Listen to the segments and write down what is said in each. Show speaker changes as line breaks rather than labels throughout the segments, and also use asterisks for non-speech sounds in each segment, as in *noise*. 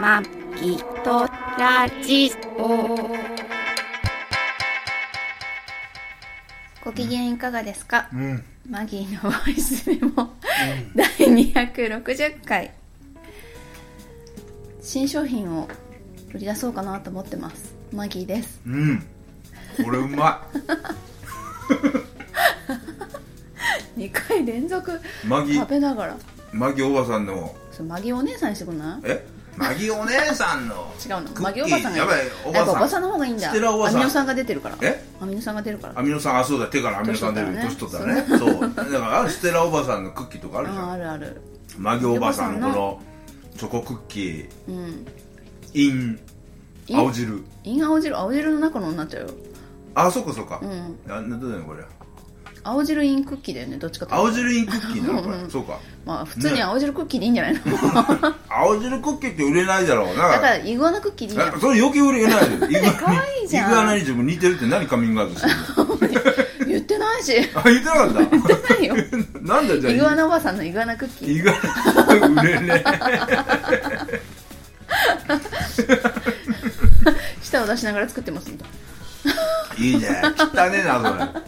まきとラジオ。ご機嫌いかがですか、
うん、うん、
マギーのボイスメモ第260回。新商品を売り出そうかなと思ってます。マギーです。
うん、これうま
2回連続
い。マギ
食、べながら。
マギおばさんの、
それマギーお姉さんにしてくんない
え、マギお姉さんの。
違うの
クッキー
マギーおばさんが
やばい、おば
やっぱおば
さ
さ
ん。
んの方がいいんだ
ステラおばさん
アミノ酸が出てるから
え、
アミノ酸が出るから
アミノ酸、あ、そうだ、手からアミノ酸出る、
年
年
取
取
っ
ったた
ら
ら
ね
ね。そう、だから、あるステラおばさんのクッキーとかあるじゃ
あ
ん。
あるある
マギおばさんの
お
こ
ば
の、チョコクッキー、
うん
イン、
イン
青汁。
イン青汁青汁の中のになっちゃうよ
あ、そっか、そっか
う。ん
なんだ、どうだよ、これ。
青汁インクッキーだよねどっちかという
青
と
汁インクッキーなの、こ
うんう
れ。
ん
そうか。
まあ普通に青汁クッキーでいいんじゃ
*laughs*
ないのだ
青汁クッキーって売れないだろうな。
からイグアナクッキーでいいんじゃ
えそれ余計売れない
*laughs*
で
可愛いじゃん
イグアナに自分似てるって何カミングアウトしてるの
ない言ってないし言っ
あ言ってなか
*laughs*
っ
て
た
ないよ
なんだじゃあ
イグアナおばさんのイグアナクッキー
イグアナ *laughs* 売れね
舌を出しながら作ってますみたい
えいいね汚ねえな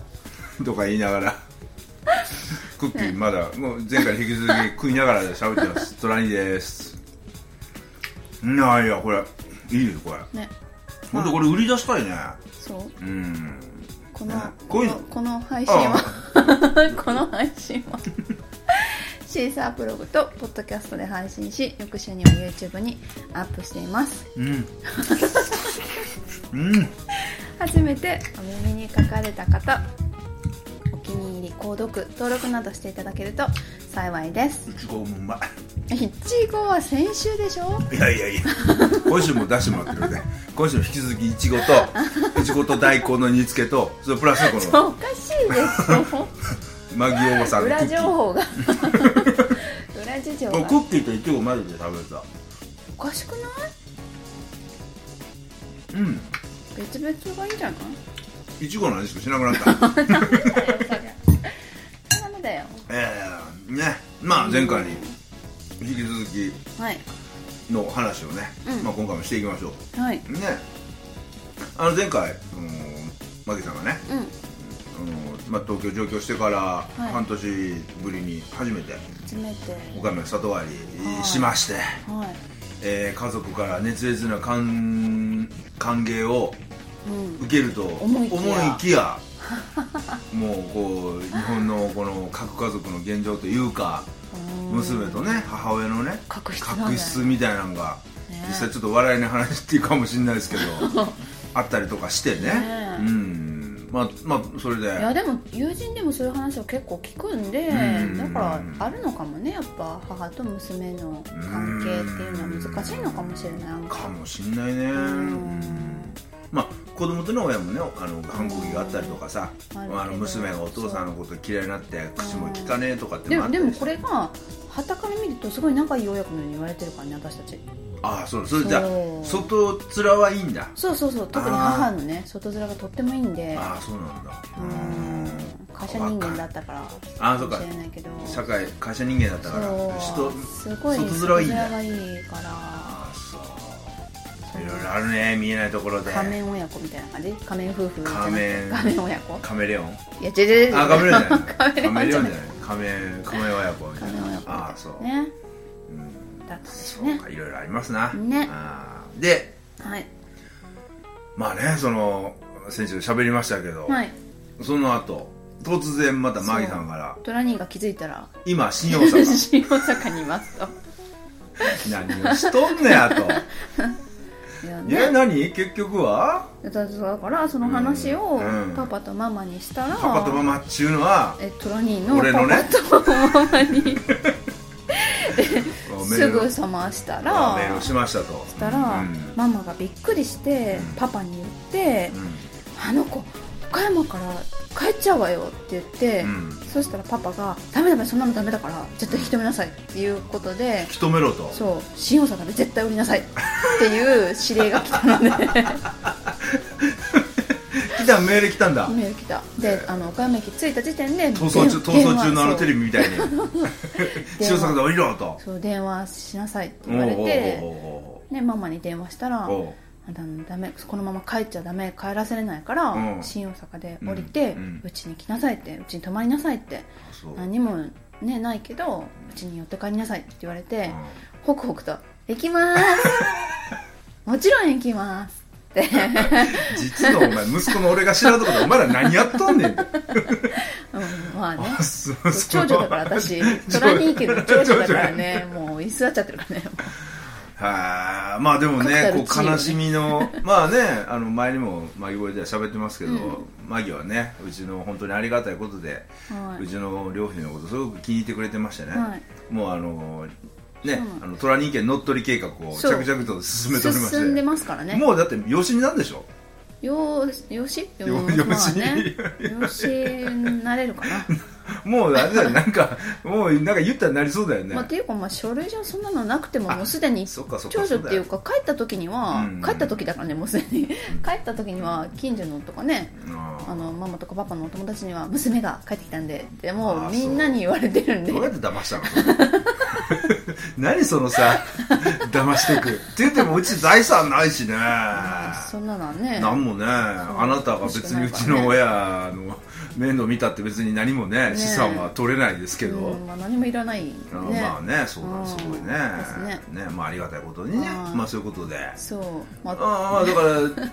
それとか言いながらクッキーまだもう前回に引き続き食いながら喋ってますトラニーですいやいやこれいいよこれ
なね
ほんとこれ売り出したいね
そう
うん
この
こ
こ
ういう
のこの配信は *laughs* この配信はシーサーブログとポッドキャストで配信し翌週には YouTube にアップしています
うん
*laughs*
うん
初めてお耳に書かれた方お気に入り購読登録などしていただけると幸いです
いちごもうま
いちごは先週でしょ
いいやいやいや今週も出してもらってるんで今週も引き続きいちごといちごと大根の煮付けとそれプラスこの
おかしいでし
*laughs* マギおばさ
ょ
んのク
裏
ッキ
情
ー
報が裏事情
これ
が
クッキーといちご混ぜて食べた
おかしくない
うん
別々がいいんじゃない
いちごの味しかしなくな
*laughs*
った
ダメだよ
ええねまあ前回に引き続き
はい
の話をね、
うん
まあ、今回もしていきましょ
はいう
ねあの前回そのマギさんがね
うん
あの、まあ、東京上京してから
い
半年ぶりに初めて
初めて
岡山に里帰
はい
りしまして、
はい
えー家族から熱烈な歓歓迎を
うん
受けると
思いきや
きや *laughs* もうこう日本のこの核家族の現状というか娘とね母親のね
確執なんだよ
確執みたいなのが
ね
実際ちょっと笑いの話っていうかもしれない
*laughs*
ですけどあったりとかしてね
ね
うんまあまあそれで
いやでも友人でもそういう話を結構聞くんで
うん
だからあるのかもねやっぱ母と娘の関係っていうのは難しいのかもしれないなん
か
か
もしんないねうんまあ子供との親もねあの反抗期があったりとかさ
うん
あ
あるけど
の娘がお父さんのこと嫌いになって口も利かねえとかって
で
の
も
あった
でも
りして
これが旗から見るとすごい仲いい親子のように言われてるからね私たち
ああそうそれじゃあ
そう
外面はいいんだ
そうそうそう特に母のね外面がとってもいいんで
ああそうなんだ
う
うん
ん会社人間だったから
あー
かも
そう
し
か
れないけど
社会会社人間だったから
そう
人
すごい
外面
外
はいい
面
んだ
がいいから
ああそういろいろあるね見えないところで
仮面親子みたいな感じ仮面夫婦じゃなくて
仮面
仮面親子
カメレオン
いや違う違う違う
あカメレオンじゃないカ
*laughs* 仮
メ
面
レ
じゃない
オンじゃないカメカメ親子みたい
仮面親
な
子
ああそう、
ね
うん
だったんです
そう
ね
かいろいろありますな
ね
ああで
はい
まあねその先週喋りましたけど、
はい
その後突然またマギさんから
トラニーが気づいたら
今新大
*laughs*
阪
新大阪にいますと
何をしとんね
*laughs*
やと
いや
いや
ね
何結局は
だだからその話を
うん
パパとママにしたら
パパとママっちゅうのは
えトラニーの
俺のね
パパとママに
メ
す
ール
ぐ冷ました
メ
ら
ールをしましたとし
したら、
うん
ママがびっくりして
うん
パパに言って
うん
「あの子岡山から帰っちゃうわよ」って言って、
うん
そしたらパパが「ダメダメそんなのダメだから絶対引き止めなさい」っていうことで
引き止めろと
そう新大阪で絶対
*laughs*
売りなさいっていう指令が来たので
引きだメール来たんだ
メール来たであの岡山駅着いた時点で
逃走中逃走中のあのテレ
ビ
ビみたいに「
電話
千代坂で降りろ」と
そう電話しなさいって
おう
言われ
おう
て
お
ねママに電話したら
うおうおう
あだダメこのまま帰っちゃダメ帰らせれないから、
うん
新大阪で降りて
うんうん
うち、に来なさいってうちに泊まりなさいって
あそううん
何もねないけどうちに寄って帰りなさいって言われて、ホクホクと「行きまーす! 」
*laughs*
もちろん行きますって
実はお前息子の俺が知らんとこでお前ら何やっとんねんって
うんまあね
あそう
長女だから私
そう
トラニー家の長女だから
長女
ねもう居座っちゃってるからね
はあまあでも
確
ね
たる
こ
地位を
う
ね
悲しみのまあねあの前にもマギボイでは喋ってますけど、マギはねうちの本当にありがたいことで、
は
う
い
ちの両親のことすごく気に入ってくれてましたね、
はい
もうあの
そう
ね
なの
あの虎人間乗っ取り計画を
そう
着々と進めておりまして
進んでますからね
もうだって養子になんでしょ
よーよしよ
よ
まあね
*laughs* よ
よしになれるかな
もうあれだよなんかもうなんか言ったらなりそうだよね、
まあ、っていうか、まあ、書類上そんなのなくてももうすでに
そっかそっか
長女っていう
そ
か帰った時には、
うん
帰った時だからねもうすでに帰った時には近所のとかね
うだよ
あ
うん
のママとかパパのお友達には娘が帰ってきたんででも
あー
うみんなに言われてるんで
どうやって騙したの *laughs* 何そのさ騙していくって言ってもうち財産ないしね
まあそんなのはね
なんもねあなたが別にうちの親の面倒見たって別に何もね
ね
資産は取れないですけど、
うんまあ、何もいらないね
あのまあねそうなんですすごいね
ですね
ねまあありがたいことにね
はい
まあそういうことで
そうま
ああまあだから、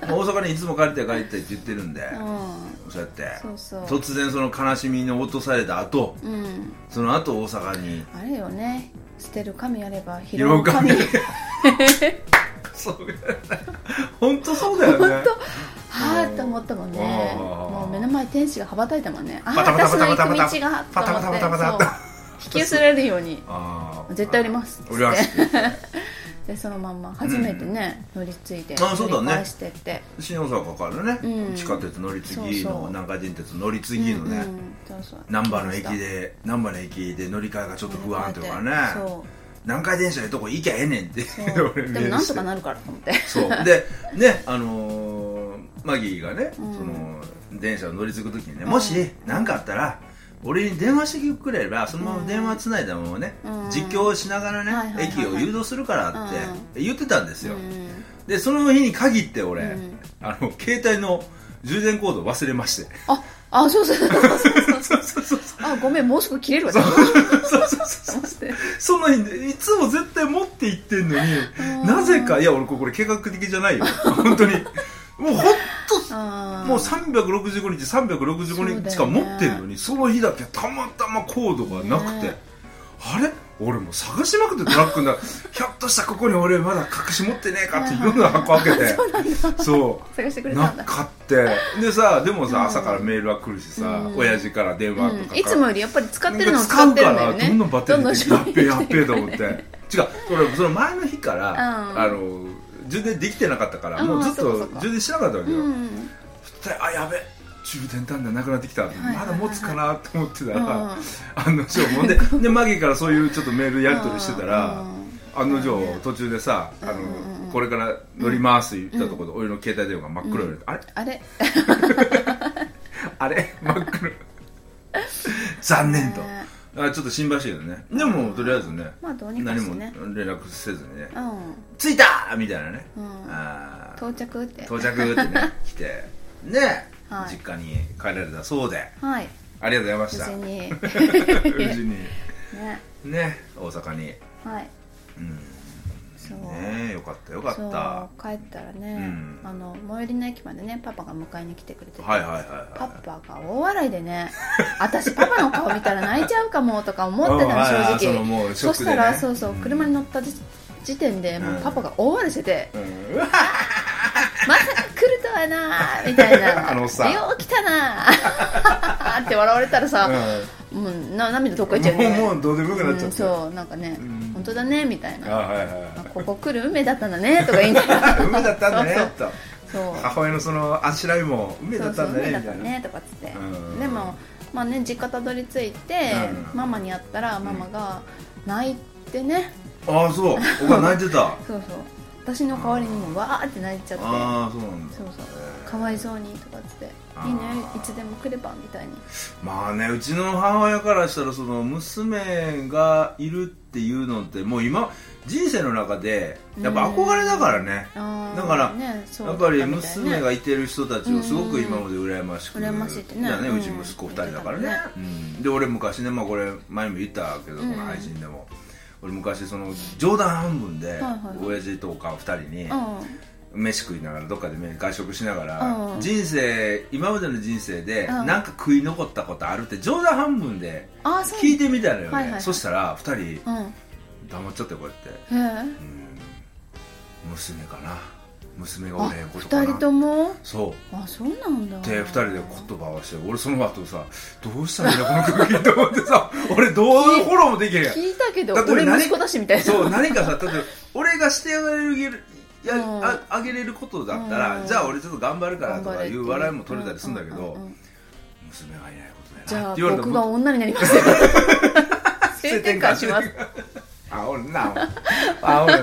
まあ大阪にいつも帰りたい帰りたいって言ってるんで
あ
そうやって
そうそう
突然その悲しみに落とされた後
うん、うん、
その後大阪に
あれよね捨てる神あれば拾
広
う神
神そう *laughs* 本当そうだよね
*laughs* はあと思ったもんね
あー
もう目の前に天使が羽ばたいたもんねああ
バタバタ
私
バ
の
タ
行く
バタバタ
道が
バタバタバタバタ
と思ってそう引き寄せられるように
ああ
絶対売ります
売ります
*laughs* でそのまんま初めてね、乗り継いで
あそうだ
乗
ね
り返してって
新大阪からね、
うん
地下鉄乗り継ぎ
そうそ
の
う
南海電鉄乗り継ぎの
うんう
ね、
んそうそう
難波の駅で難波の駅で乗り換えがちょっと不安とかね
そ
南海電車のとこ行きゃええねんって
うそう
*laughs* 俺
でも
メール
なん
して
とかなるからと思って *laughs*
そうでねあのーマギーがね、
うん
その電車を乗り継ぐ時にね、
うん
もし何かあったら俺に電話してくれればそのまま電話つないだままね、
うん
実況しながらね、
はいはいはい
駅を誘導するからって言ってたんですよ、
うん
でその日に限って俺、
うん
あの携帯の充電コードを忘れまして *laughs*
ああそうそうそうそうそう
そうそうそう
あごめんもうすぐ切れるわと
そうそう
思って
その日ねいつも絶対持って行ってんの
ん
になぜかいや俺これ計画的じゃないよ本当にもうほん
*laughs* あー
もう365日365日しか持ってんのにそ,、の日だけたまたまコードがなくて、
ね
あれ俺もう探しまくってトラックの中 *laughs* ひょっとしたらここに俺まだ隠し持ってねえかっていろんな箱開け
*laughs*
てそう
探してくれた
なん
だ
かってでさでもさ、
うん
朝からメールは来るしさ、
うん
親父から電話とかか、
うん、いつもよりやっぱり使ってるのを使ってるんだよね
使うからどんどんバッテリー
どんどん
やっべえやっべえと
っ
思って違う俺その前の日から、
うん
あの充電できてなかったから、
うん
もうずっ
そうかそう
と
か
充電してなかったわけよ、
うん
そしたらあやべえ充電端がなくなってきた、
いはいはい
まだ持つかなと思ってた
う
ら、
ん
案の定もんででマギーからそういうちょっとメールやり取りしてたら、案の定途中でさ、あの
うんうんうん
これから乗りますって言ったところで、俺の携帯電話が真っ黒になって、あれ
あれ
あれ真っ黒残念
*laughs*
と、
ね
あちょっと心配してるねでもとりあえずね、
まあどうにか
何
して
も連
ね
絡せずにね
うん
「着いた!」みたいなね、
うん
あー
到着って
到着ってね来てね、
*laughs* はい
実家に帰られたそうで
はい
ありがとうご
無
ざ
事
いま
に
した無事に
*laughs* ね
ね大阪に
はい
うん
そう
ねよかったよかった
そう
は
帰ったらね、
うん
あの最寄りの駅までねパパが迎えに来てくれてて、
いはいはい
パ
は
パが大笑いでね *laughs* 私パパの顔見たら泣いちゃうかもとか思
い
ってたの
うんあー
正
その
直
もうショ
そ
ック
し
で、
た
ね、
らそうそう
うん
車に乗った時時点でもううんパパが大笑いしてて
う
*laughs*
んうわ
「まさか来るとはな」みたいな「
*laughs* あのさ
よう来たな」 *laughs* って笑われたらさ、もうな涙どっか行っちゃうよね
もうもうどうでもよくなっち
う
ゃ
ん
った、
そうなんかね、
うん
本当だねみたいな
あはいはいはい
「ここ来る運命だったんだね」とか言いな
*laughs*
がら
梅だったんだね
そう
と
そう
母親のそのあしらいも梅だったん
そうそ
だね
う
み
だ
た
っ
い
た
な
ねとかっつって、
うん
でもまあね実家たどり着いて、
うん
ママに会ったらママが泣いてね、
ああそうお母さん泣いてた
*laughs* そうそう私の代わりにもわーって泣いちゃって
ああそうなんだ
そうそうかわいそうにとかっつって「いいねいつでも来れば」みたいに
まあねうちの母親からしたらその娘がいるっていうのってもう今人生の中でやっぱ憧れだからね、
あー
だから
ね、そう
やっぱり
だみたいね
娘がいてる人たちをすごく今まで羨ましく
うん羨ましいってね
だね
うん
うち息子2人だからね、うんで俺昔ね、まあ、これ前も言ったけどこの配信でも、俺昔その冗談半分で
いはいはい
親父とおかん2人に
う
飯食いながらどっかでね外食しなが
う
ら
ん
人生今までの人生で
うん
なんか食い残ったことあるって冗談半分で
んああそう
聞いてみたのよね、
はいはい
そしたら2人
うんへ
黙っちゃってこうやって
え
うん娘かな娘が
あ
俺のことか
二人
な
とも
そう
あそうなんだ
で2人で言葉を合わせて俺その後さどうしたらいいんだこの空気と思ってさ *laughs* 俺どうフォローもできへん
聞いたけど
だって俺
俺
何
息子だしみたいな
そう何かさ例えば俺がしてあげるや
うん
ああげれることだったら、
うん
じゃあ俺ちょっと頑張るから
頑
と
張
か
れって
いう笑いも取れたりするんだけど、
うううん
娘がいないこと
じ
だよな
ゃ
っ
あ
て言われ
僕
た
が
ら
女になります
*laughs*
性転換します
あ俺なあ俺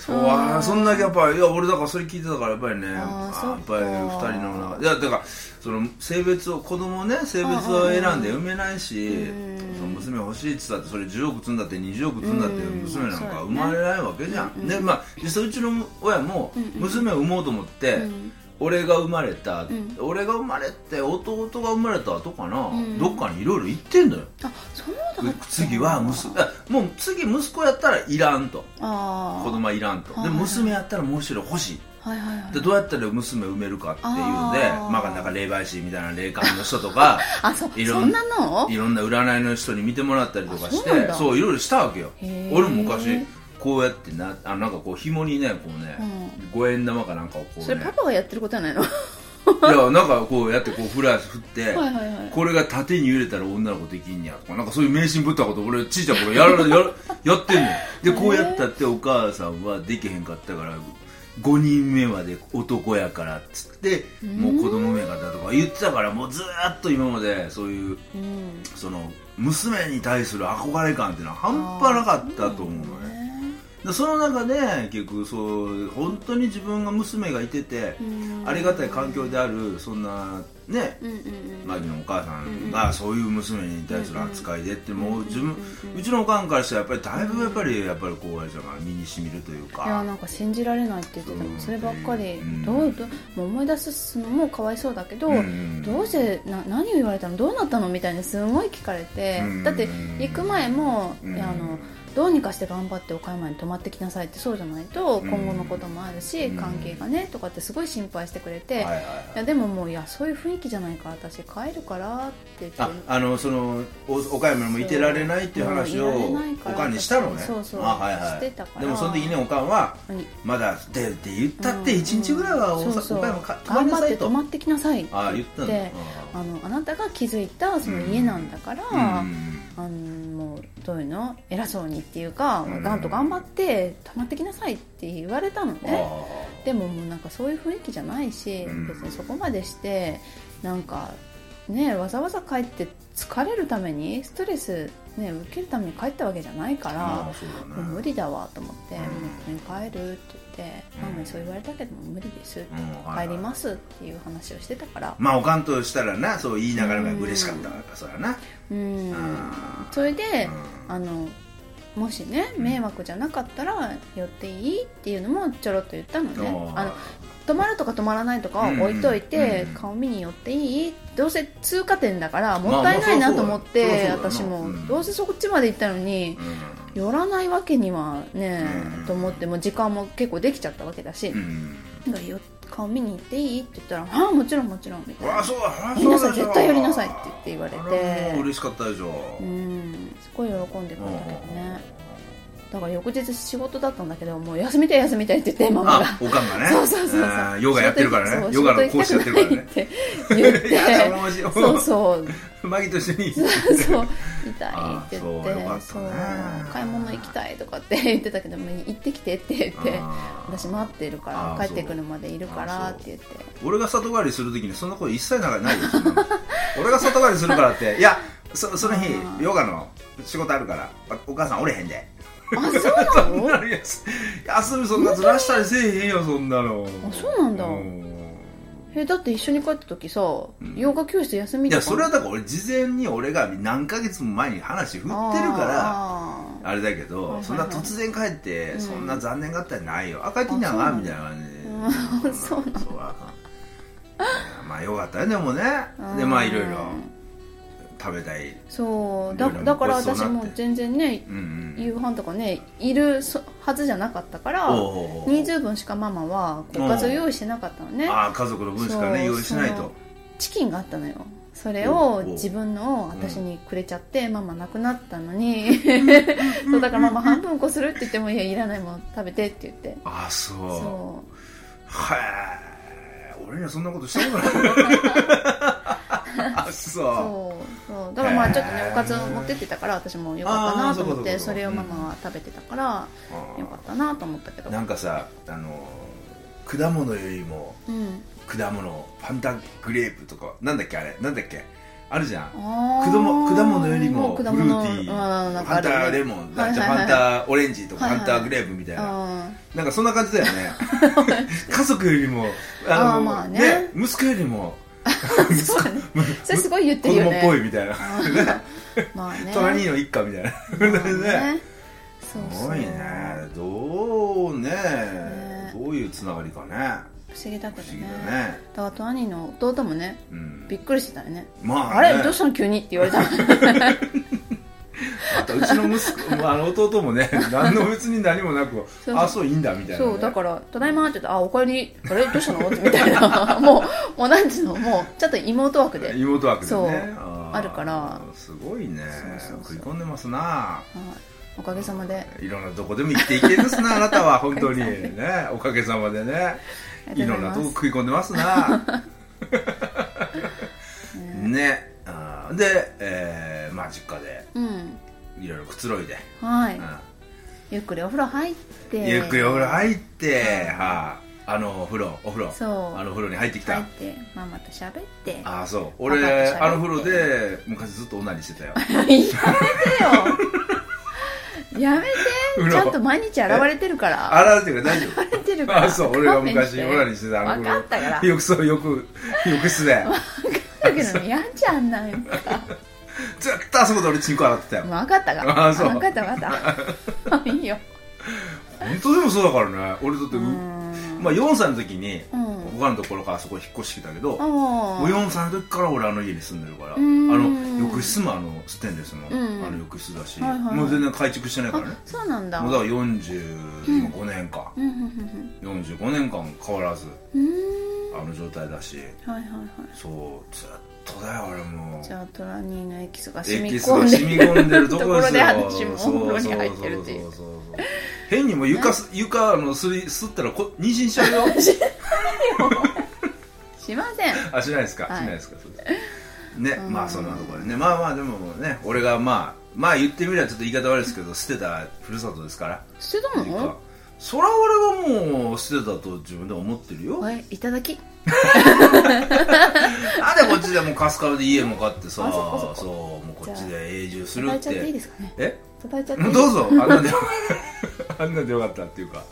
そう
う
あー
ん
そんだけやっぱいや俺だからそれ聞いてたからやっぱりね
あー
あ
そ
ー
っか
やっぱり二人の中いやだからその性別を子供ね性別を選んで産めないし、
うん
その娘欲しいって言ったってそれ10億積んだって20億積んだって
うん
娘なん
そうだね
か生まれないわけじゃん、
うんうん
でまあ実際うちの親も
うんうん
娘を産もうと思って、
うん
俺が生まれた、
ん
俺が生まれて弟が生まれた後かな、
ん
どっかにいろいろ言ってんだよ
あそうだった
次は息子あもう次息子やったらいらんと
ああ
子供はいらんとで
はい
娘やったらむしろ欲しい
はいはいはい
でどうやったら娘産めるかっていうので
あー
まあなんか霊媒師みたいな霊感の人
*laughs*
とか
あそ
い
そ
ろん
んなの
いろんな占いの人に見てもらったりとか
あそ
し
うなん
て
だ
そういろいろしたわけよ
へー
俺も昔こうやってなあなんかこう紐にねこうね、五円玉かなんかをこう
それ
ね
パパがやってることじゃないのはい
やなんかこうやってこうフライス振って、
いはいはい
これが縦に揺れたら女の子できんねやとかなんかそういう迷信ぶったこと俺ちいちゃんこれやらやらやってんのよでこうやったってお母さんはできへんかったから5人目まで男やからっつってもう子供目がだとか言ってたからもうずーっと今までそういう
うん
その娘に対する憧れ感っていうのは半端なかったと思うのね
ね
でその中で結局そう本当に自分が娘がいてて
うん
ありがたい環境であるそんなね
うんうんうん
マギのお母さんがそういう娘に対する扱いでってもう自分うちのおかんからしたらやっぱりだいぶやっぱりやっぱりこうあれじゃない身にしみるという
いや
か
なんか信じられないって言ってた、
うん
そればっかり、
うん
どうどうもう思い出すのもかわいそうだけど、
うん
どうしてな何を言われたのどうなったのみたいにすごい聞かれて、
うん
だって行く前も、
うん
いやあのどうにかして頑張って岡山に泊まってきなさいってそうじゃないと今後のこともあるし、
うん
関係がねとかってすごい心配してくれて、
はいはい
い
はい
やでももういやそういう雰囲気じゃないから私帰るからって言って
ああのそのお岡山にもいてられないっていう話を
そうもういられない
お
から
かんにしたのね
そうそう
あはいは
してたから
いでもその時にねおかんは
何
まだ出るって言ったって1日ぐらいは
うんそ
おさ
うそう
岡山か泊まり
頑
な
張
さ
って
い
泊
と
まってきなさいって
あ言
言
っ
って
たんだ
あのあなたが気づいたその家なんだから、
うんうん
あのもうどういうの偉そうにっていうか、
うん
がんと頑張って泊まってきなさいって言われたのね
あ
でももうなんかそういう雰囲気じゃないし、
うん
別にそこまでしてなんかねわざわざ帰って疲れるためにストレス、ね、受けるために帰ったわけじゃないか
ー
ら
あー、そうだ
もう無
ね
理だわと思って、
うん
もう本当に帰るって言って、
うん
ママにそう言われたけども無理ですって、
うんはいはい
帰りますっていう話をしてたから、
まあおかんとしたらなそう言いながらが嬉しかったからそらな
うん
あー
それで、
うん
あのもしね迷惑じゃなかったら寄っていいっていうのもちょろっと言ったのねあの泊まるとか泊まらないとかは置いといて、
うん
顔見に寄っていいどうせ通過点だからもったいないなと思って、
まあまあ
私
そりゃそうだよ
も、
うん
どうせそっちまで行ったのに
う、ん
寄らないわけにはね、
うん
と思ってもう時間も結構できちゃったわけだし、
うん
だからよ顔見に行っていいって言ったら「ああもちろんもちろん」みた
ほ
いな
らそうだほら
「皆さ
そ
ん
うだ
絶対寄りなさい」って言って言われ
あらもう
て
嬉しかったでしょ
うんすごい喜んでく
うん
れたけどねだから翌日仕事だったんだけどもう休みたい休みたいって言ってママが
あおかんがね
*laughs* そうそうそうそう
えーヨガやってるからね
仕
ヨ
事行
ガの
きた
講師やってるからね
くないって言っ
い *laughs* や俺
て
もし
*laughs* そうそう
マギと一緒に
そう痛い
あ
って言
そ
っ
うよか
て
った
そ
ね
う買い物行きたいとかって言ってたけどもう行ってきてって言って
あー
私待ってるか
あー
ら帰ってくるまでいるからって言って
俺が里帰りするときにそんなこと一切なんかないよそんなの俺が里帰りするからっていやそその日
あー
ヨガの仕事あるからおお母さんおれへんで
あそう *laughs* なの
そんないや休みそんなずらしたりせえへんよそんなの
あそうなんだ
うん
えだって一緒に帰った時さ、洋画教室休み
い
とか
やそれはだから俺事前に俺が何ヶ月も前に話振ってるから
あ
あれだ
はい
け
はいは
ど
い
そんな突然帰って、
うん
そんな残念がったりないよ赤いてんや
あ
が
そう
みたいな感じ
う
で
ん *laughs* そうなの
そうあかんいやまあよかったねでもね
ー
でまあいろいろ
うん
食べたい
そう
い
だ
ろいろ
だから
ごちそう
私
になって
もう全然ね
うんうん
夕飯とかねいるそはずじゃなかったから
おうおうおう
人数分しかママはおかず用意してなかったのね
ああ家族の分しかね
そう
用意しないと
チキンがあったのよそれを
おうおう
自分のを私にくれちゃって、ママなくなったの
*laughs*
にそうだからママ半分こするって言ってもいやいらないもん食べてって言って
ああそう
そ
はえ俺にはそんなことしたことな
*laughs*
いあそう
うそうそうだからまあちょっと
へ
ね
ー
おかずを持ってってたから私もよかったなと思っ
あー
て
そうかそうかそうか
それをママは食べてたから
うん
よかったなと思ったけど
なんかさあの果物よりも
うん
果物ファンタグレープとかなんだっけあれなんだっけあるじゃん
あ
果
ー
物果物よりもフ
果
ルー
物
ティー
うんなん
フ
かあるよね
ァンタレモン
は
ない
は
ん
い
か
はい
ファンタオレンジとか
は
フ
いはい
ァンタグレープみたいな
うん
なんかそんな感じだよ
*laughs*
ね家族よりもあ
あー
の
まあね
息子より
*laughs*
も
そうだねそれすごい言っ
子
てるよ
供
ね
っぽいみたい
う
な
んまあね
*laughs* 隣の一家みたいな
まあ
ね
ねそう
す
そう
ごいねどうね
ね
どういうつながりかね
不思議だけ
不
ど
思議
ね
だね
だから隣の弟もね
うん
びっくりしてたよね
ま
あ
あね
れどうしたの急にって言われ
*laughs*
た
あとうちの息
*laughs*
子あの弟もね何の別に何もなく
そう
あそういいんだみたいなね、
そうだから「ただいま」って言ったら「あおかえりあれどうしたの?」みたいな *laughs* もうもうなんていうのもうちょっと妹枠で、はい、
妹枠で
そう
ねあー
あるから
すごいね
そうそうそう
食い込んでますな
おかげさまで
いろんなどこでも生きていける
*laughs*
っすなあなたは本当に
おかげさま
ねおかげさまでね
あり
い
がとう
ろ
んご
な
ざ
と
い
こ
ます
食い込んでますな
*laughs* ね
ねあーで、えーまあ実家で
うん
いろいろくつろいで、
は
う
い
ん
ゆっくりお風呂入って
ゆっくりお風呂
っ
入って、
うん
はいあのお風呂お風呂
そう
あのお風呂に入ってきた
入ってママと喋って
ああそう
パパと喋
俺
って
あの風呂で昔ずっとオナニーしてたよ
*laughs* やめてよやめ
*laughs*
てちゃんと毎日洗われてるから
洗うっていうか
*laughs*
大丈
洗われてるか
夫あ
ら
あそう俺が昔オナニー
し
してたあの
分かったから
浴槽浴浴室で
だけど嫌じゃんなんか
ずっとあそこで俺チンコ洗ってたよ
分かったから
あそう
分かった分か
*laughs*
ったいいよ
本当でもそうだからね俺だって
う
う、
ーん
まあ、4歳の時に、
うん
他のところからそこ引っ越してきたけど、も
あ
う4歳の時から俺あの家に住んでるから、
うん
あの浴室もあのステンレスの、
うん
あの浴室だし、
はいはいはい
もう全然改築してな
あ
いからね
そうなんだ
もうだから45年間、
うんうんうん
45年間変わらず
うんう
あの状態だし
ーんはいはいはい
そうずっとだよ俺も
じゃあトラニーのエキスが
エ
染み
キス
込
が
んで
染み込んでるところですよ
ところで私もお風呂に入ってるっていう
そうそうそうそうそう変にも床す床あのすりすったらこ妊娠しちゃうよ
しません
あしないですか、
はい
しないですかそうですね
うん
まあそんなところでねまあまあでもね俺がまあまあ言ってみればちょっと言い方悪いですけど捨てたふるさとですから
捨てた
実家
の
そら俺はもう捨てたと自分で思ってるよ
はいいただき
なんでこっちでもうカスカルで家も買ってさ
あそっかそっか
そうもうこっちで永住する
い
った
だいちゃっていい
て
ですかね
え
いただいちゃってい *laughs* い
も
うです
*laughs* どうぞあんなんであんなんでよかったっていうか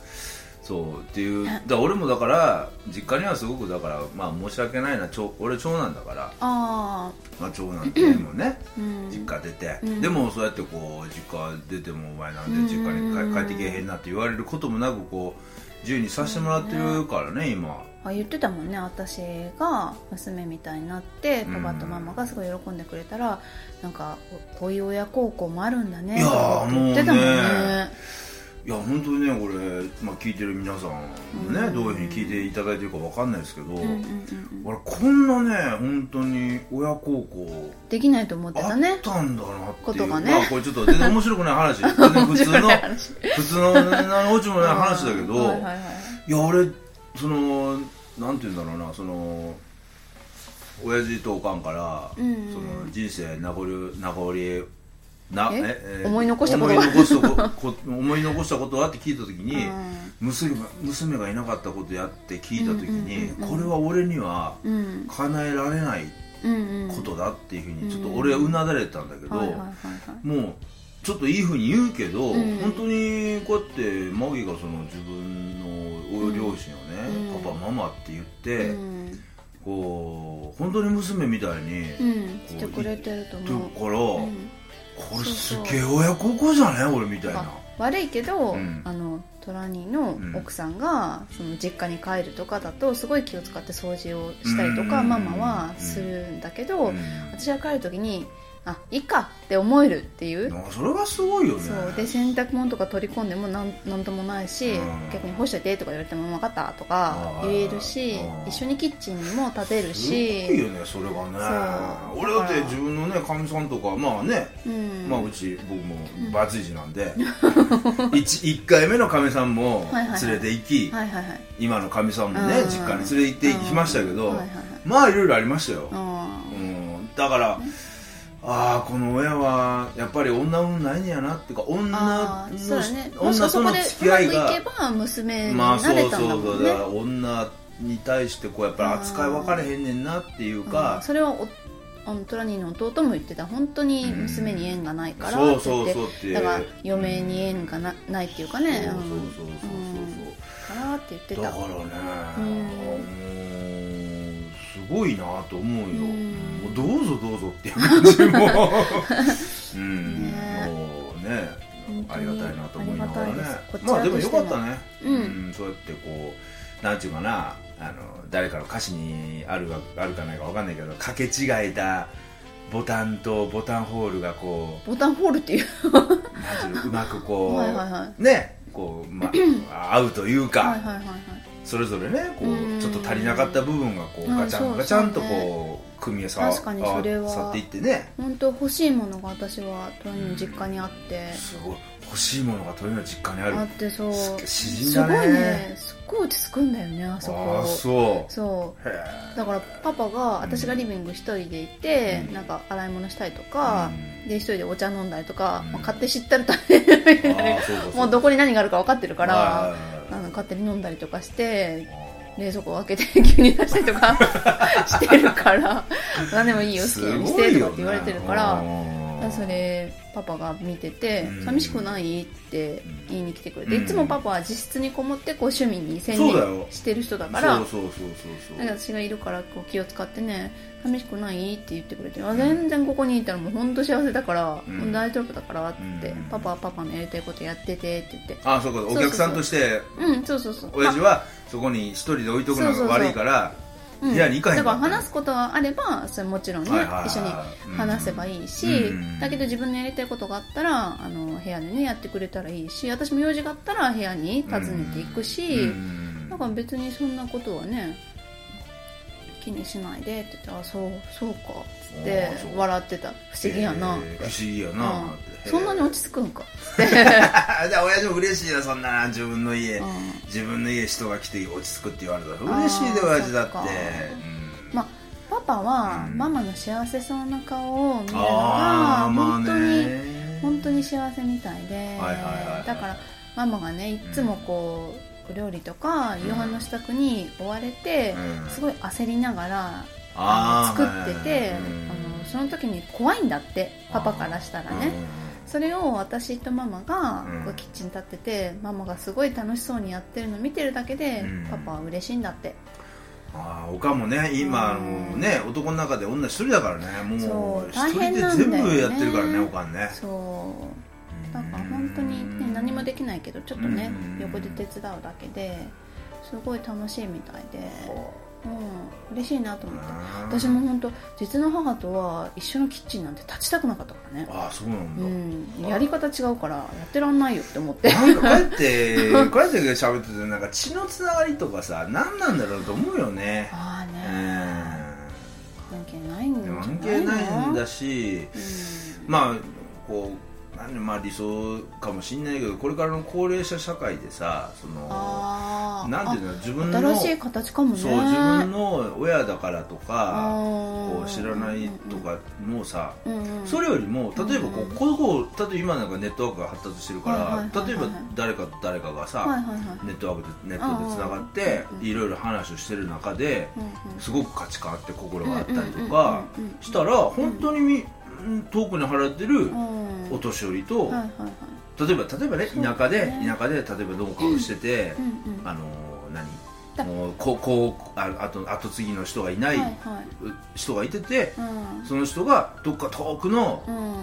そうっていうだから俺もだから実家にはすごくだからまあ申し訳ないな長俺長男だから、
あ
まあ、長男ってもね
あうん
実家出て、
うん
でもそうやってこう実家出てもお前なんで実家に帰帰ってけえへんなって言われることもなくこう自由にさせてもらってるからね今
あ言ってたもんね私が娘みたいになって
うん
パパとママがすごい喜んでくれたら、なんかここういう親孝行もあるんだね
いやー
とか言ってたもんね
もいや本当にねこれ、まあ、聞いてる皆さんもね、
うん
どういうふうに聞いていただいてるかわかんないですけど、
うんうんうんうん
俺こんなね本当に親孝行
できないと思って
あ
た
っ
ね
たんだなっていう
ことがね
まあ、これちょっと全然面白くな
*laughs*
い話全然普通の普通の何の落ちもない話だけど、
*laughs* はいはい
い
はい
や俺そのなんて言うんだろうなその親父とおかんから、
うん
その人生名残名残な
え
え
思い残したこと
思
が
い残したこ *laughs* こ思い残したことはって聞いた時に、
う
娘が娘がいなかったことやって聞いた時に、
うんうんうんうん
これは俺には
んうん
叶えられない
うんうん
ことだっていうふう
うん
にちょっと俺はうなだれたんだけど、
はいはいはいはい
もうちょっといいふうに言うけど、
うん
本当にこうやってマギがその自分のお両親をね、
うん
パパママって言って、
うん
こう本当に娘みたいに、
う
だ
んしてくれてると思う
から、
うん
これすげえ親孝行じゃね俺みたいな
悪いけど、
うん
あのトラニーの奥さんが、その実家に帰るとかだとすごい気を使って掃除をしたりとか、
うん
ママはするんだけど、
うん
私が帰る時にあいいかって思えるっていう、
なんかそれがすごいよね
そうで洗濯物とか取り込んでもなんなんともないし、
うん
逆に干しといてとか言われても分かったとか
あー
言えるし
うん
一緒にキッチンにも立てる
すごい
し、
よねそれがね
そう
俺だって自分のねかみさんとかまあね、
うん
まあうち僕もバツイチな
*laughs*
んで、一一回目のかみさんも
はいはい
連れて行き、
はいはいはい
今のかみさんもね、
うん
実家に連れて行ってきましたけど、
うんはいはいはい
まあいろいろありましたよ、
うん
うん、だから、ああこの親はやっぱり女運ないんやなっていうか女
あ
の
ーそうだねもし
女
か
と
そこ
の
で
付
う
き合
まく
い
い
が
けば娘に
まあ
な
そ
れ
う
たんだ
そ
も
うんだ
ね、
から女に対してこうやっぱり扱い分かれへんねんなっていう
うん
か、
それはおあのトラニーの弟も言ってた本当に娘に縁がないからって言
そう
って
そうそうって
だから嫁に縁がなないっていうかね、
そう
う、
そうんそうそう
からって言って
そうそう
た
だからね、
うん
もうすごいなと思うよ、
うん
もうどうぞどうぞっていう感じも
*laughs*
うん
ね
もうね
本当
あ
に
りがたいなと思いながら
あり
ね
がたいですこちら
まあでもよかったね、
うん
そうやってこうなんていうかなあの誰かの歌詞にあるかあるかないかわかんないけど掛け違えたボタンとボタンホールがこ
ボタンホールっていう
うなんていうのうまくこう
はいはいは
ねこう、まあ、合うというか、
はいはいはいはい
それぞれねこ
うん
うちょっと足りなかった部分がこう
うん
ガチャ
そ
ン
う
ガチャンと
そう
こう組み合わ
確かにそれは
さっていってね
本当欲しいものが私はトラニーの実家にあって、
すごい欲しいものがとにかく実家にある
あってそう
すげ詩人
す
だ
ごい
ね
ねすっごい落ち着くんだよねあそ
あ
こ
あそう
そう
へえ
だからパパが私がリビング一人でいて、
うん
なんか洗い物したりとか、
うん
で一人でお茶飲んだりとか、
うん
まあ、勝手知ったら大変みたい
ああそうかそう
な
か
*laughs* もうどこに何があるか分かってるから、
は
あ
いはいはい
の勝手に飲んだりとかして
あ
冷蔵庫を開けて急に出したりと
*laughs*
かしてるから何でもいい
あ
よ好きなようにし
すごい
てとかっ
よ
て言われてるから。
ね
だからそれパパが見てて
うん
寂しくないって言いに来てくれて
うん
いつもパパは自室にこもってこう趣味に専
そうだよ
念してる人だから
そうそうそうそう
だから私がいるからこう気を使ってね寂しくないって言ってくれて、あ全然ここにいたらもう本当幸せだから、
うん
もう大丈夫だからって、
うん
パパはパパのやりたいことやっててって言って
ああそうかお客さんとして
うんそうそうそう
親父はそこに一人で置いとくのが悪いから
うん
部屋に行かへん
だ
か
からら話すことはあればそれもちろんね、
はいはいはい
一緒に話せばいいし、
うん
だけど自分のやりたいことがあったらあの部屋でねやってくれたらいいし私も用事があったら部屋に訪ねていくし、
うん
だから別にそんなことはね気にしないでって言って「あそうそうか」っつって
あーそう
笑ってた不思議やな、
えー不思議や
うん
なって
そんなに
へ
落ち着くんか、
ーじゃあ親父も嬉しいよそんな自分の家
うん
自分の家人が来て落ち着くって言われたら嬉しいで
あー
親父だって
そっか
うん
まあパパは
うん
ママの幸せそうな顔を見るのが
あーまあ
本当に、
ね
本当に幸せみたいで、
はいはいはいはい
だからママがねいつもこう、お料理とか夕飯の支度に追われて、
うん
すごい焦りながらあ
あ
の
ー
作ってて、
はいはいはい
あのその時に怖いんだってパパからしたらね、それを私とママが
うん
こうキッチン立ってて、ママがすごい楽しそうにやってるの見てるだけで、
うん
パパは嬉しいんだって
ああおかんもね今あ
う
の
ん
ね男の中で女一人だからねも
そうう
一
大
人
変
で
なんだ
全
よね
部やってるからねおかんね
そうだから本当に、ね、何もできないけどちょっとね、
うん
横で手伝うだけですごい楽しいみたいで、うん、嬉しいなと思った私
私
も本当実の母とは一緒のキッチンなんて立ちたくなかったからね
ああそうなん
う
だ、
ん、やり方違うからやってらんないよって思って
なんかこう
*laughs*
やって、こうやって喋ってて、なんか血のつながりとかさ、何なんだろうと思うよね。
ああ
う
ね関
ん。
係ないんじゃない
関
の
係ないんだし、
うん
まあ、こう、なんでまあ理想かもしんないけど、これからの高齢者社会でさ、その、
ああ
なんていうの、自分の、
新しい形かもね
そう、自分の親だからとか、こ
こ
う知らないとかもさ、
うんうん
それよりも例えばこ
う
うんこの子例えば今なんかネットワークが発達してるか
はいはいはい
ら
はい
例えば誰かと誰かがさ、
はいはいはい
ネットワークでネットでつながって
うんうん
いろいろ話をしてる中で
うんうん
すごく価値観あって心があったりとか
うんうんうんうんうん
したら本当にみうん遠くに払ってる
うん
お年寄りと、
はいはいはい
例えば例えばね
そう
田舎で、
ね
田舎で例えば農家をしてて、
うんうんは
あのー
だ
何もうこうこうああと後継ぎの人がいないい
はい
人がいてて、
うん
その人がどっか遠くの
うん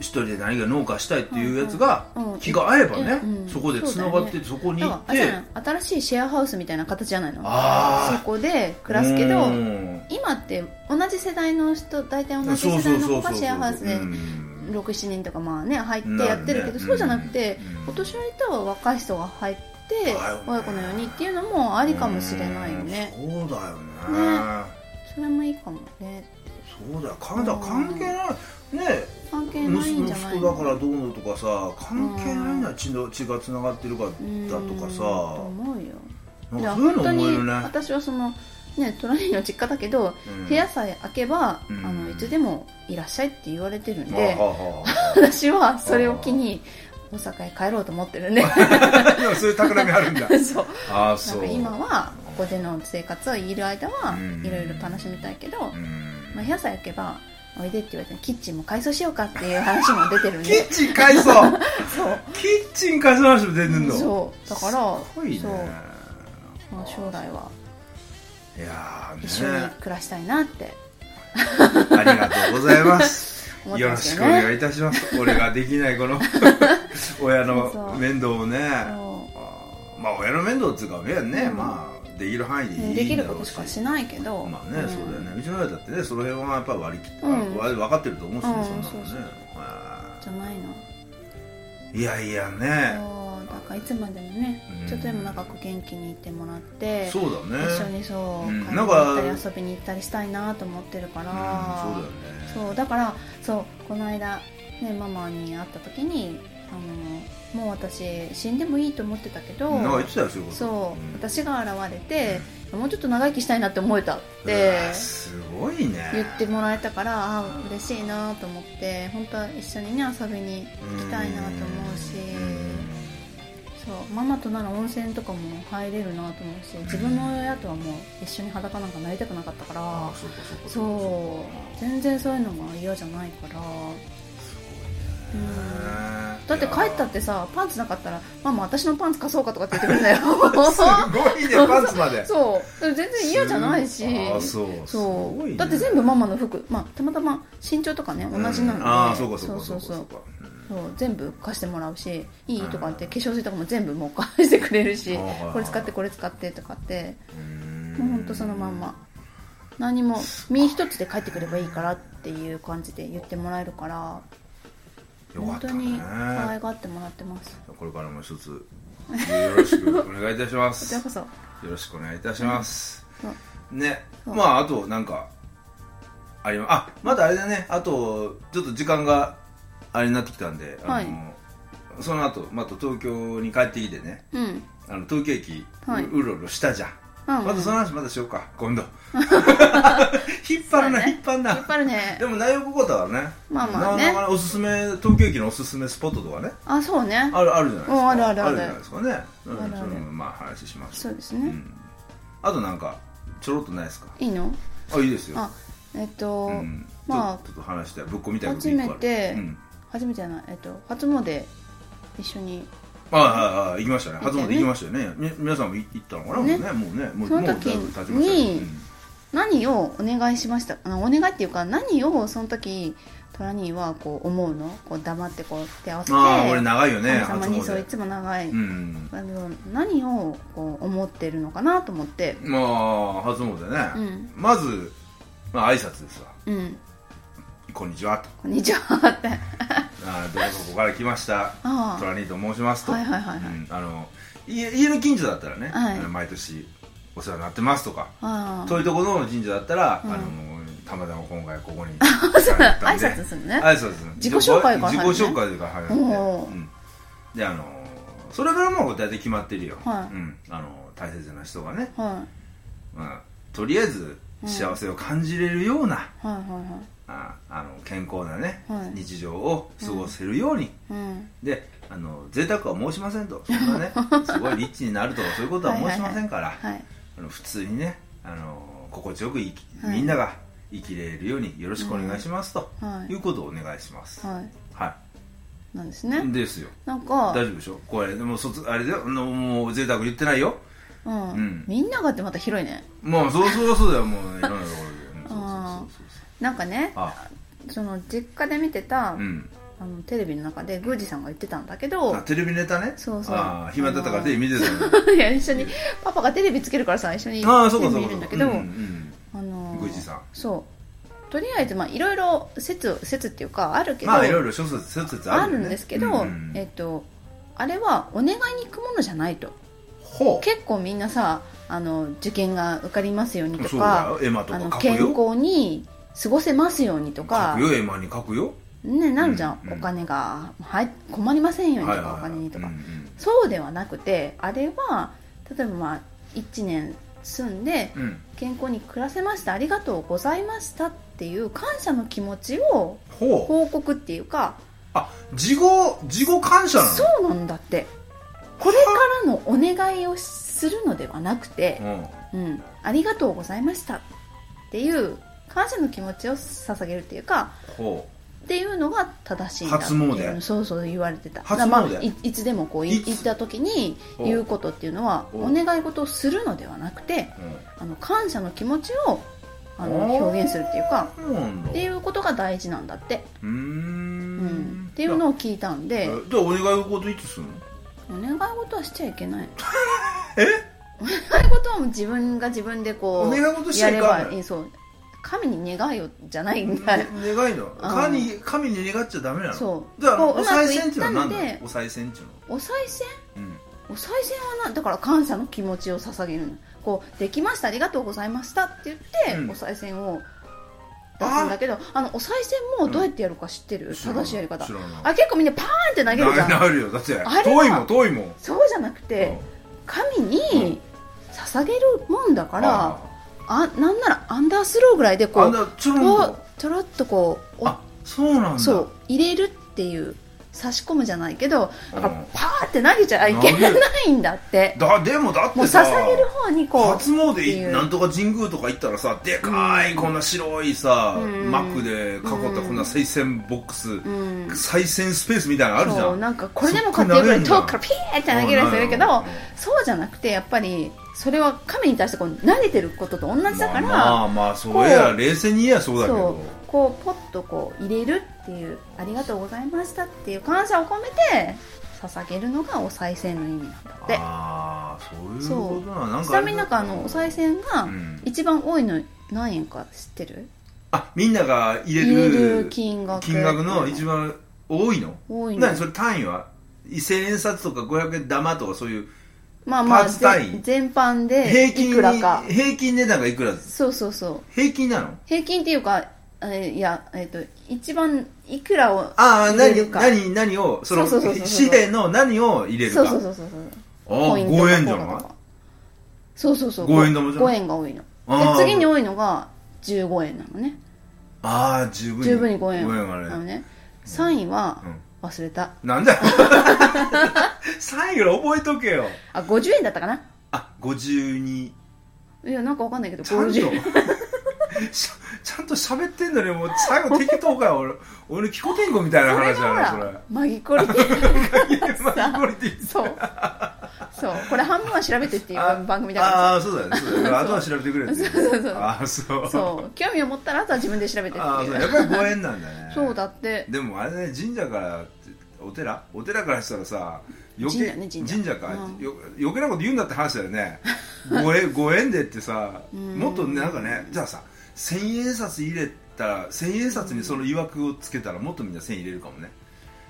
一人で何か農家したいっていうやつが
うん
気が合えばね、
うんうん
そこでつながっててそこに
だ
行
からあ
っ
れ
て
じゃない新しいシェアハウスみたいな形じゃないのそ
ああ
こで暮らすけど
うん
今って同じ世代の人大体同じ世代の子がシェアハウスで
うん
67人とかまあね入って
なるね
やってるけどそうじゃなくて
うん
お年寄りとは若い人が入って
だよね
親子のようにっていうのもありかもしれないよね
うんそうだよね
ねそれもいいかもね
そうだよカナダ関係ないね
関係ないん
息
じゃ
子
な
だ
い
からどうのとかさ関係ないな血の血がつながってるか
うん
だとか
と
さ
思うよい
な
や
んかそう
本
いうの
当
思え
に
るね
私はそのねトラニーの実家だけど
うん
部屋さえ開けば、
うん
あのいつでもいらっしゃいって言われてるんで、
ああああ
私はそれを機に大阪へ帰ろうと思ってるんで
でも *laughs* そういう企み
*laughs*
あるんだ
そう
ああ
な
そ
ん
う
か今はここでの生活をいる間は
うん
いろいろ楽しみたいけど、
うん
まあ、部屋さえ開けばおいでって言われてキッチンも改装しようかっていう話も出てるん
キ
で
ッチン改装
*laughs* そう
キッチン改装の話も出てんの
そうだから
すごいね
そう、まあ、将来はい
や
一緒に
ーね
暮らしたいなって
ありがとうございます
*laughs* 思って
よ
ま
ろ
す
し
よ
くお
ね
願いいた
*laughs*
します俺ができないこの親
そうそ
の
う
面倒をね
そ
あーまあ親の面倒っつうか親ね、
うん
まあできる範囲
う
で
ね
いい
でき
んだ
る
ろ
こと
うし
しかしないけど
まあね、
ん
そうだよねうちの親だってねその辺はやっぱり割り切って、
うん
あ分かってると思うしね、
うん
そんな
そ
のね
うそう
は
じゃないの
いいやいやね
そうだからいつまでもね、
うん
ちょっとでも長く元気にいてもらって
そうだね
一緒にそう、
うん
買い
なん
物
か
行ったり遊びに行ったりしたいなと思ってるか
う
ら、
ん、そうだよね
そうだからそうこの間、ね、ママに会った時にあのもう私死んでもいいと思ってたけど
なんか言ってたよそういうこと
そう、
ん
私が現れて、もうちょっと長生きしたいなって思えたっ
う
て
わすごいね
言ってもらえたからああ嬉しいなと思って本当は一緒にね遊びに行きたいなと思うし。そうママとなら温泉とかも入れるなと思うし自分の親とはもう一緒に裸なんかなりたくなかったか
ああ
ら
そうかそうか
そう全然そういうのが嫌じゃないからだって帰ったってさパンツなかったら「ママ私のパンツ貸そうか」とかって言ってくるんだよ
すごいねパンツま
*laughs*
で
そうでも全然嫌じゃないし
ああそう
そ
すご
う
いね
だって全部ママの服、まあ、たまたま身長とかね同じなので、
うんああそうかそうか
そうそう
そう
そう
かうん
そう全部貸してもらうしいいとかって化粧水とかも全部もう *laughs* 貸してくれるし
あー
これ使ってこれ使ってとかって
うん
もうほんとそのまんま何も身一つで帰ってくればいいからっていう感じで言ってもらえるから
よか
本
った
当
ね
に可愛がってもらってます
これからも一つよろしくお願いいたしま
こ *laughs*
す
ちらこそ
よろしくお願いいたします、
うん
ね
そう
まああとなんかありまあまだあれだねあとちょっと時間があれになってきたんで、
はい
あのその後また東京に帰ってきてね
うんうん
あの東京駅、
はいう
ろうろしたじゃんまたその話またしようか今
*laughs*
度引っ張るな、
そうね
引っ張る
引っ
な
張るね
でも内容ここだからね
まあまあね
なかなかおすすめ東京駅のおすすめスポットとかね
あそうね
あるあるじゃないです
うん
か
あるあるある
じゃないですかねうん
あるある
そういうのもまあ話します
そうです
う
ね
んあとなんかちょろっとないですか
いいの
あいいですよ
あえっと
うん、
まあ
ちょっと話したいぶっこみたいなこと
初めて
うん、
初めてじゃないえっと初詣一緒に
ああああ行きましたね
行っ
初
たよ
詣
ね
行きましたよねみ皆さんも行行ったのかな、
ね
もうねもうねもう
その
もうだいぶ
時
経ちましたけど
に何をお願いしましたあのお願いっていうか何をその時トラニーはこう思うのこう黙ってこう手を合わせ
う
て
ん、ああ俺長いよね
神様
初
にそうい
詣
つも長い、
うん
あの何をこう思ってるのかなと思って
まあ初詣ね、
うん
まず、まあ挨拶ですわ
うん
こんにちはと
こんにちは
*laughs*
って
ああどこそこから来ました
あ
トラニーと申しますと、
はいはいはいはい
うんあの家家の近所だったらね、
はい
あの毎年お世話になってますとか、
ああ
そういうところの神社だったら、
うん
あのたまたま今回ここに
*laughs* あそうだ挨
んで
拶するね
挨拶
自己紹介から入るね
自己紹介から入るんで、
おー
うんであのそれからもう大体決まってるよ、
はい
うん、あの大切な人がね、
は
まあ、とりあえず幸せを感じれるような、
いはいはいは
ああの健康なね、
はい
日常を過ごせるように、
いうん
であの贅沢は申しませんとそん
*laughs*
なねすごいリッチになるとかそういうことは申しませんから
はい
あの普通にねあの心地よく生き
はい
みんなが生きれるようによろしくお願いしますと、
はい
い、うことをお願いします、は
はい
い
なんですね
ですよ
なんか
大丈夫でしょこれでも卒あれだよもうもう贅沢言ってないよ
うん
うん
みんながってまた広いね
もうそうそうそうだよもういろんなところでうん
あー
そうそうそうそう
なんかね
あ
その実家で見てた、
うん
あのテレビの中で宮司さんが言ってたんだけど
あテレビネタね
そうそう
ああ暇だったからテレビ見てたの
*laughs* いや一緒にパパがテレビつけるからさ一緒に
ああそう
テレ
か
ビ
そう
見
か
るんだ
そ
け
うか
ど
うんうん
あのー
宮司さん
そうとりあえずまあいろいろ説説っていうかあるけど、
まあいろいろ諸説諸説あ
あ
るよ
る
ね
んですけど、
うんうん
えっとあれはお願いに行くものじゃないと
ほう
結構みんなさあの受験が受かりますようにと
そうだ
か
よエマと
あ
か
の
書くよ
健康に過ごせますようにと
書
か
くよエマに書くよ
ねなるじゃん、
うんうん
お金がはい困りませんようにと
はい
か、
はい
お金にとか、
うんうん
そうではなくてあれは例えばまあ1年住んで
うん
健康に暮らせましたありがとうございましたっていう感謝の気持ちを
ほう
報告っていうか
あ事後事後感謝なの
そうなんだってこれからのお願いをするのではなくて、
うん
うん、ありがとうございましたっていう感謝の気持ちを捧げるっていうか
ほ
っていうのが正しいんだっていう
初詣
そうそう言われてた
初詣
だからまあ、いいつでもこうい
いつ
行った時に言うことっていうのは
お
お願い事をするのではなくて
う、うん
あの感謝の気持ちをあの
おー
表現するっていうか
そうなんだ
っていうことが大事なんだって、
うー
うん
ん
っていうのを聞いたん
え
で
じゃあお願い事いつするの
お願い事はしちゃいけない
*laughs* え
お願い事はもう自分が自分でこう
お願い事しちゃ
や
いか
れ
んの
ばいいそう神に願いをじゃないんだよ
願いの
あー
神神に願っちゃダメなの
そう
じゃあ
こう
お
ま
賽
くい
銭っていうのは
っ
何
た
な
の
のお賽銭っていうの
お賽銭
うん
お賽銭はなだから感謝の気持ちを捧げるのこうできましたありがとうございましたって言って、
うん
お賽銭を出すんだけどあのお賽銭もどうやってやるか知ってる、正しいやり方
知らない
あ結構みんなパーンって投げるじゃん
ななるよだって
は
遠いもん遠いもん
そうじゃなくて神に捧げるもんだ
あ
から、あなんならアンダースローぐらいでこ
あん
う
だちょろ
こ
ん
う
と
ちょろっとこうお
あそうなんだ
そう入れるっていう差し込むじゃないけどだから
うん
パーって投げちゃいけないんだって
だでもだって
もう
さ
捧げる方にこう
初詣
ってい
いうなんとか神宮とか行ったらさでかいこんな白いさ
うん
マックで囲ったこんな賽銭ボックス
うん
賽銭スペースみたいなのあるじゃ
そうんなんかこれでもかっていうぐらい
そっ
遠
か
くか
投げ
らピ
る
ーって投げるやついるけ
うん
どそうじゃなくてやっぱりそれは神に対してこう投げてることと同じだから、
まあまあそういや
こう
冷静に言えやそうだけ
そう
ど
こうポッとこう入れるっていうありがとうございましたっていう感謝を込めて捧げるのがお賽銭の意味なんだって
ああそういうことななんか
ちなみになんかあのお賽銭が
うん
一番多いの何円か知ってる、
あみんなが入れ
入れる
る
金額
金額の一番多いの
多いの
何それ単位は1000円札とか500円玉とかそういう
まあま
パ
あ
ーツ単位
ぜ全般
平
で
均
いくらか
に平均値段がいくら
そうそうそう
平均なの
平均っていうかえーいやえっ、と一番いくらを
ああ
入れる
何
か
何何をその
そうそうそうそう
紙幣の何を入れる
そ
か
うそうそうそうそう
ああ
コインとか
5円じ
硬
ゃ
貨
ない
とかそうそうそう
五円玉じゃん
5円が多いの
あー
で次に多いのが15円なのね
ああ十分
十分に5円
5円
なの
あれ
ね3位は
うん
忘れた
なんだよ3位ぐらい覚えとけよ
あ50円だったかな
あ52
いやなんかわかんないけど
ちゃんとし
50円
*laughs* ちゃんと喋ってんのにもう最後適当かよ俺俺キコ天狗みたいな
それ
話
がほ
だね
らマギコリ *laughs*
それマイノリティ
そうそうこれ半分は調べてっていう
あ
番組だから
ああそうだねそうだねあとは調べてくれっていうああそう
そう興味を持ったらあとは自分で調べてって
ああそう
い
や
う
っぱりご縁なんだね
そうだって
でもあれね神社からお寺お寺からしたらさ余計
神社ね神社
か、
うん
よ余計なこと言うんだって話だよねご
*laughs*
縁ご縁でってさ
ん
もっとねなんかねじゃあさ千円札入れたら千円札にその曰くをつけたらもっとみんな千入れるかもね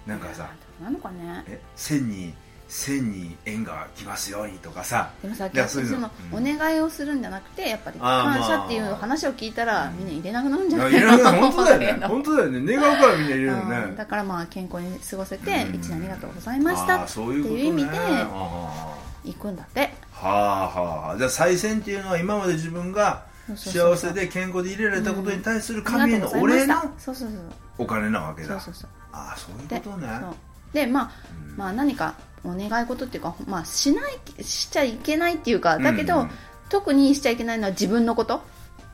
なんかさ
なのかね
え千に千に縁が来ますようにとかさ
でもさ
い
結
やそう
局
いう
そ
の
のお願いをするんじゃなくてやっぱり
あー
感
ま
謝
あ
っていう話を聞いたらみんな入れなくなるんじ
い
ゃ
や
ない
いらない本当だ
*laughs*
よ
思うけ
ね
ど
本当だよね願うからみんな入れるよ
うん
ね
だからまあ健康に過ごせて
うん
一年ありがとうございました
あー
って
そういうこと
いう
ね
意味で
あ
行
ー
くんだって
はあはあじゃあ再選っていうのは今まで自分が
そうそうそう
幸せで健康で入れられたことに対する
あ
神へ
りが
の
とう
お
ござい
礼
ま
の
したそうそうそう
お金なわけ
そ
だ
うそうそう
ああそう
で
いうことね
そうでまあまあ何かお願い事っていうかまあしないしちゃいけないっていうかだけ
うん
ど、
うん
特にしちゃいけないのは自分のこと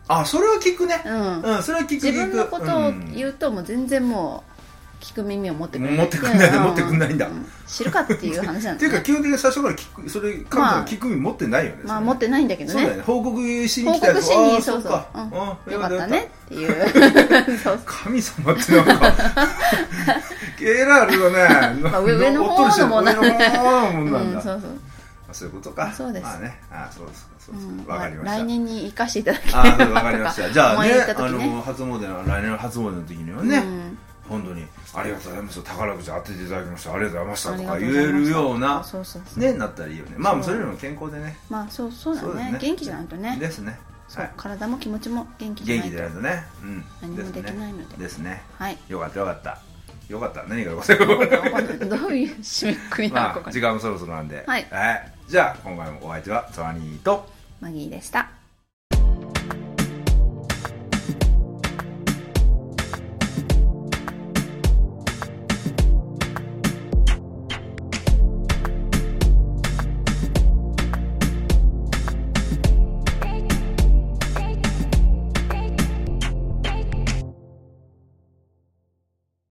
あそれは聞くね
うん
うん、それは聞く
自
聞く
分のことを
う
言うともう全然もう聞く耳を持ってくれない
持ってくんない
うん
持ってくんないんだ
う知るかっていう話なん
ん
だ
てい
よ
う
ね
か基本的に最初から聞くそれ彼女
ま
は
あ
聞く耳持ってないよね、
*laughs* まあ持ってないんだけ
て
ど
そうだよ
ね
ね報告しに来たや
報
つ
告し
あ
に
ー
そうそう
か
う
うん
んよかったねっていう
*laughs*
そう
神様ってなん
*laughs*
かエラーあるよね、
まあ上上の方のもん
な
なんん
だ
だ
上の方のもん
そ
な
う、
ん
う
だ、
ん、そうそう
まあそういうことか
そうです
まあねあそうですかそう
う
です
ん
かわ、かりま
ま
した
あ来年に生かしていただけ
あーわかりま
*laughs*
したじゃあね
思い出た
あ
時ね
の初詣の来年の初詣の時にはね、
うん
本当にありがとうございます宝くじ当てていただきましたありがとうございました
あ
と
りが
か
と
言
ございま
え
し
る
た
ような
そうそうそう
ねなったらいいよねまあ
そう
それよりも健康でね
まあそうそうだ
そうだ
ね
ね
元気じゃないとね
ですね
そ
は
う
い
体も気持ちも元気じゃ
元
ない
気
と
でないとねうん
何もできないので
ですね
はい *laughs*
よかったよかったよかった何がよかったか
わかん *laughs* ないどういう締めくくりなの
ま
か
あ
が
時間もそろそろなんで
はい
じゃあ今回もお相手はトワニーと
マギーでした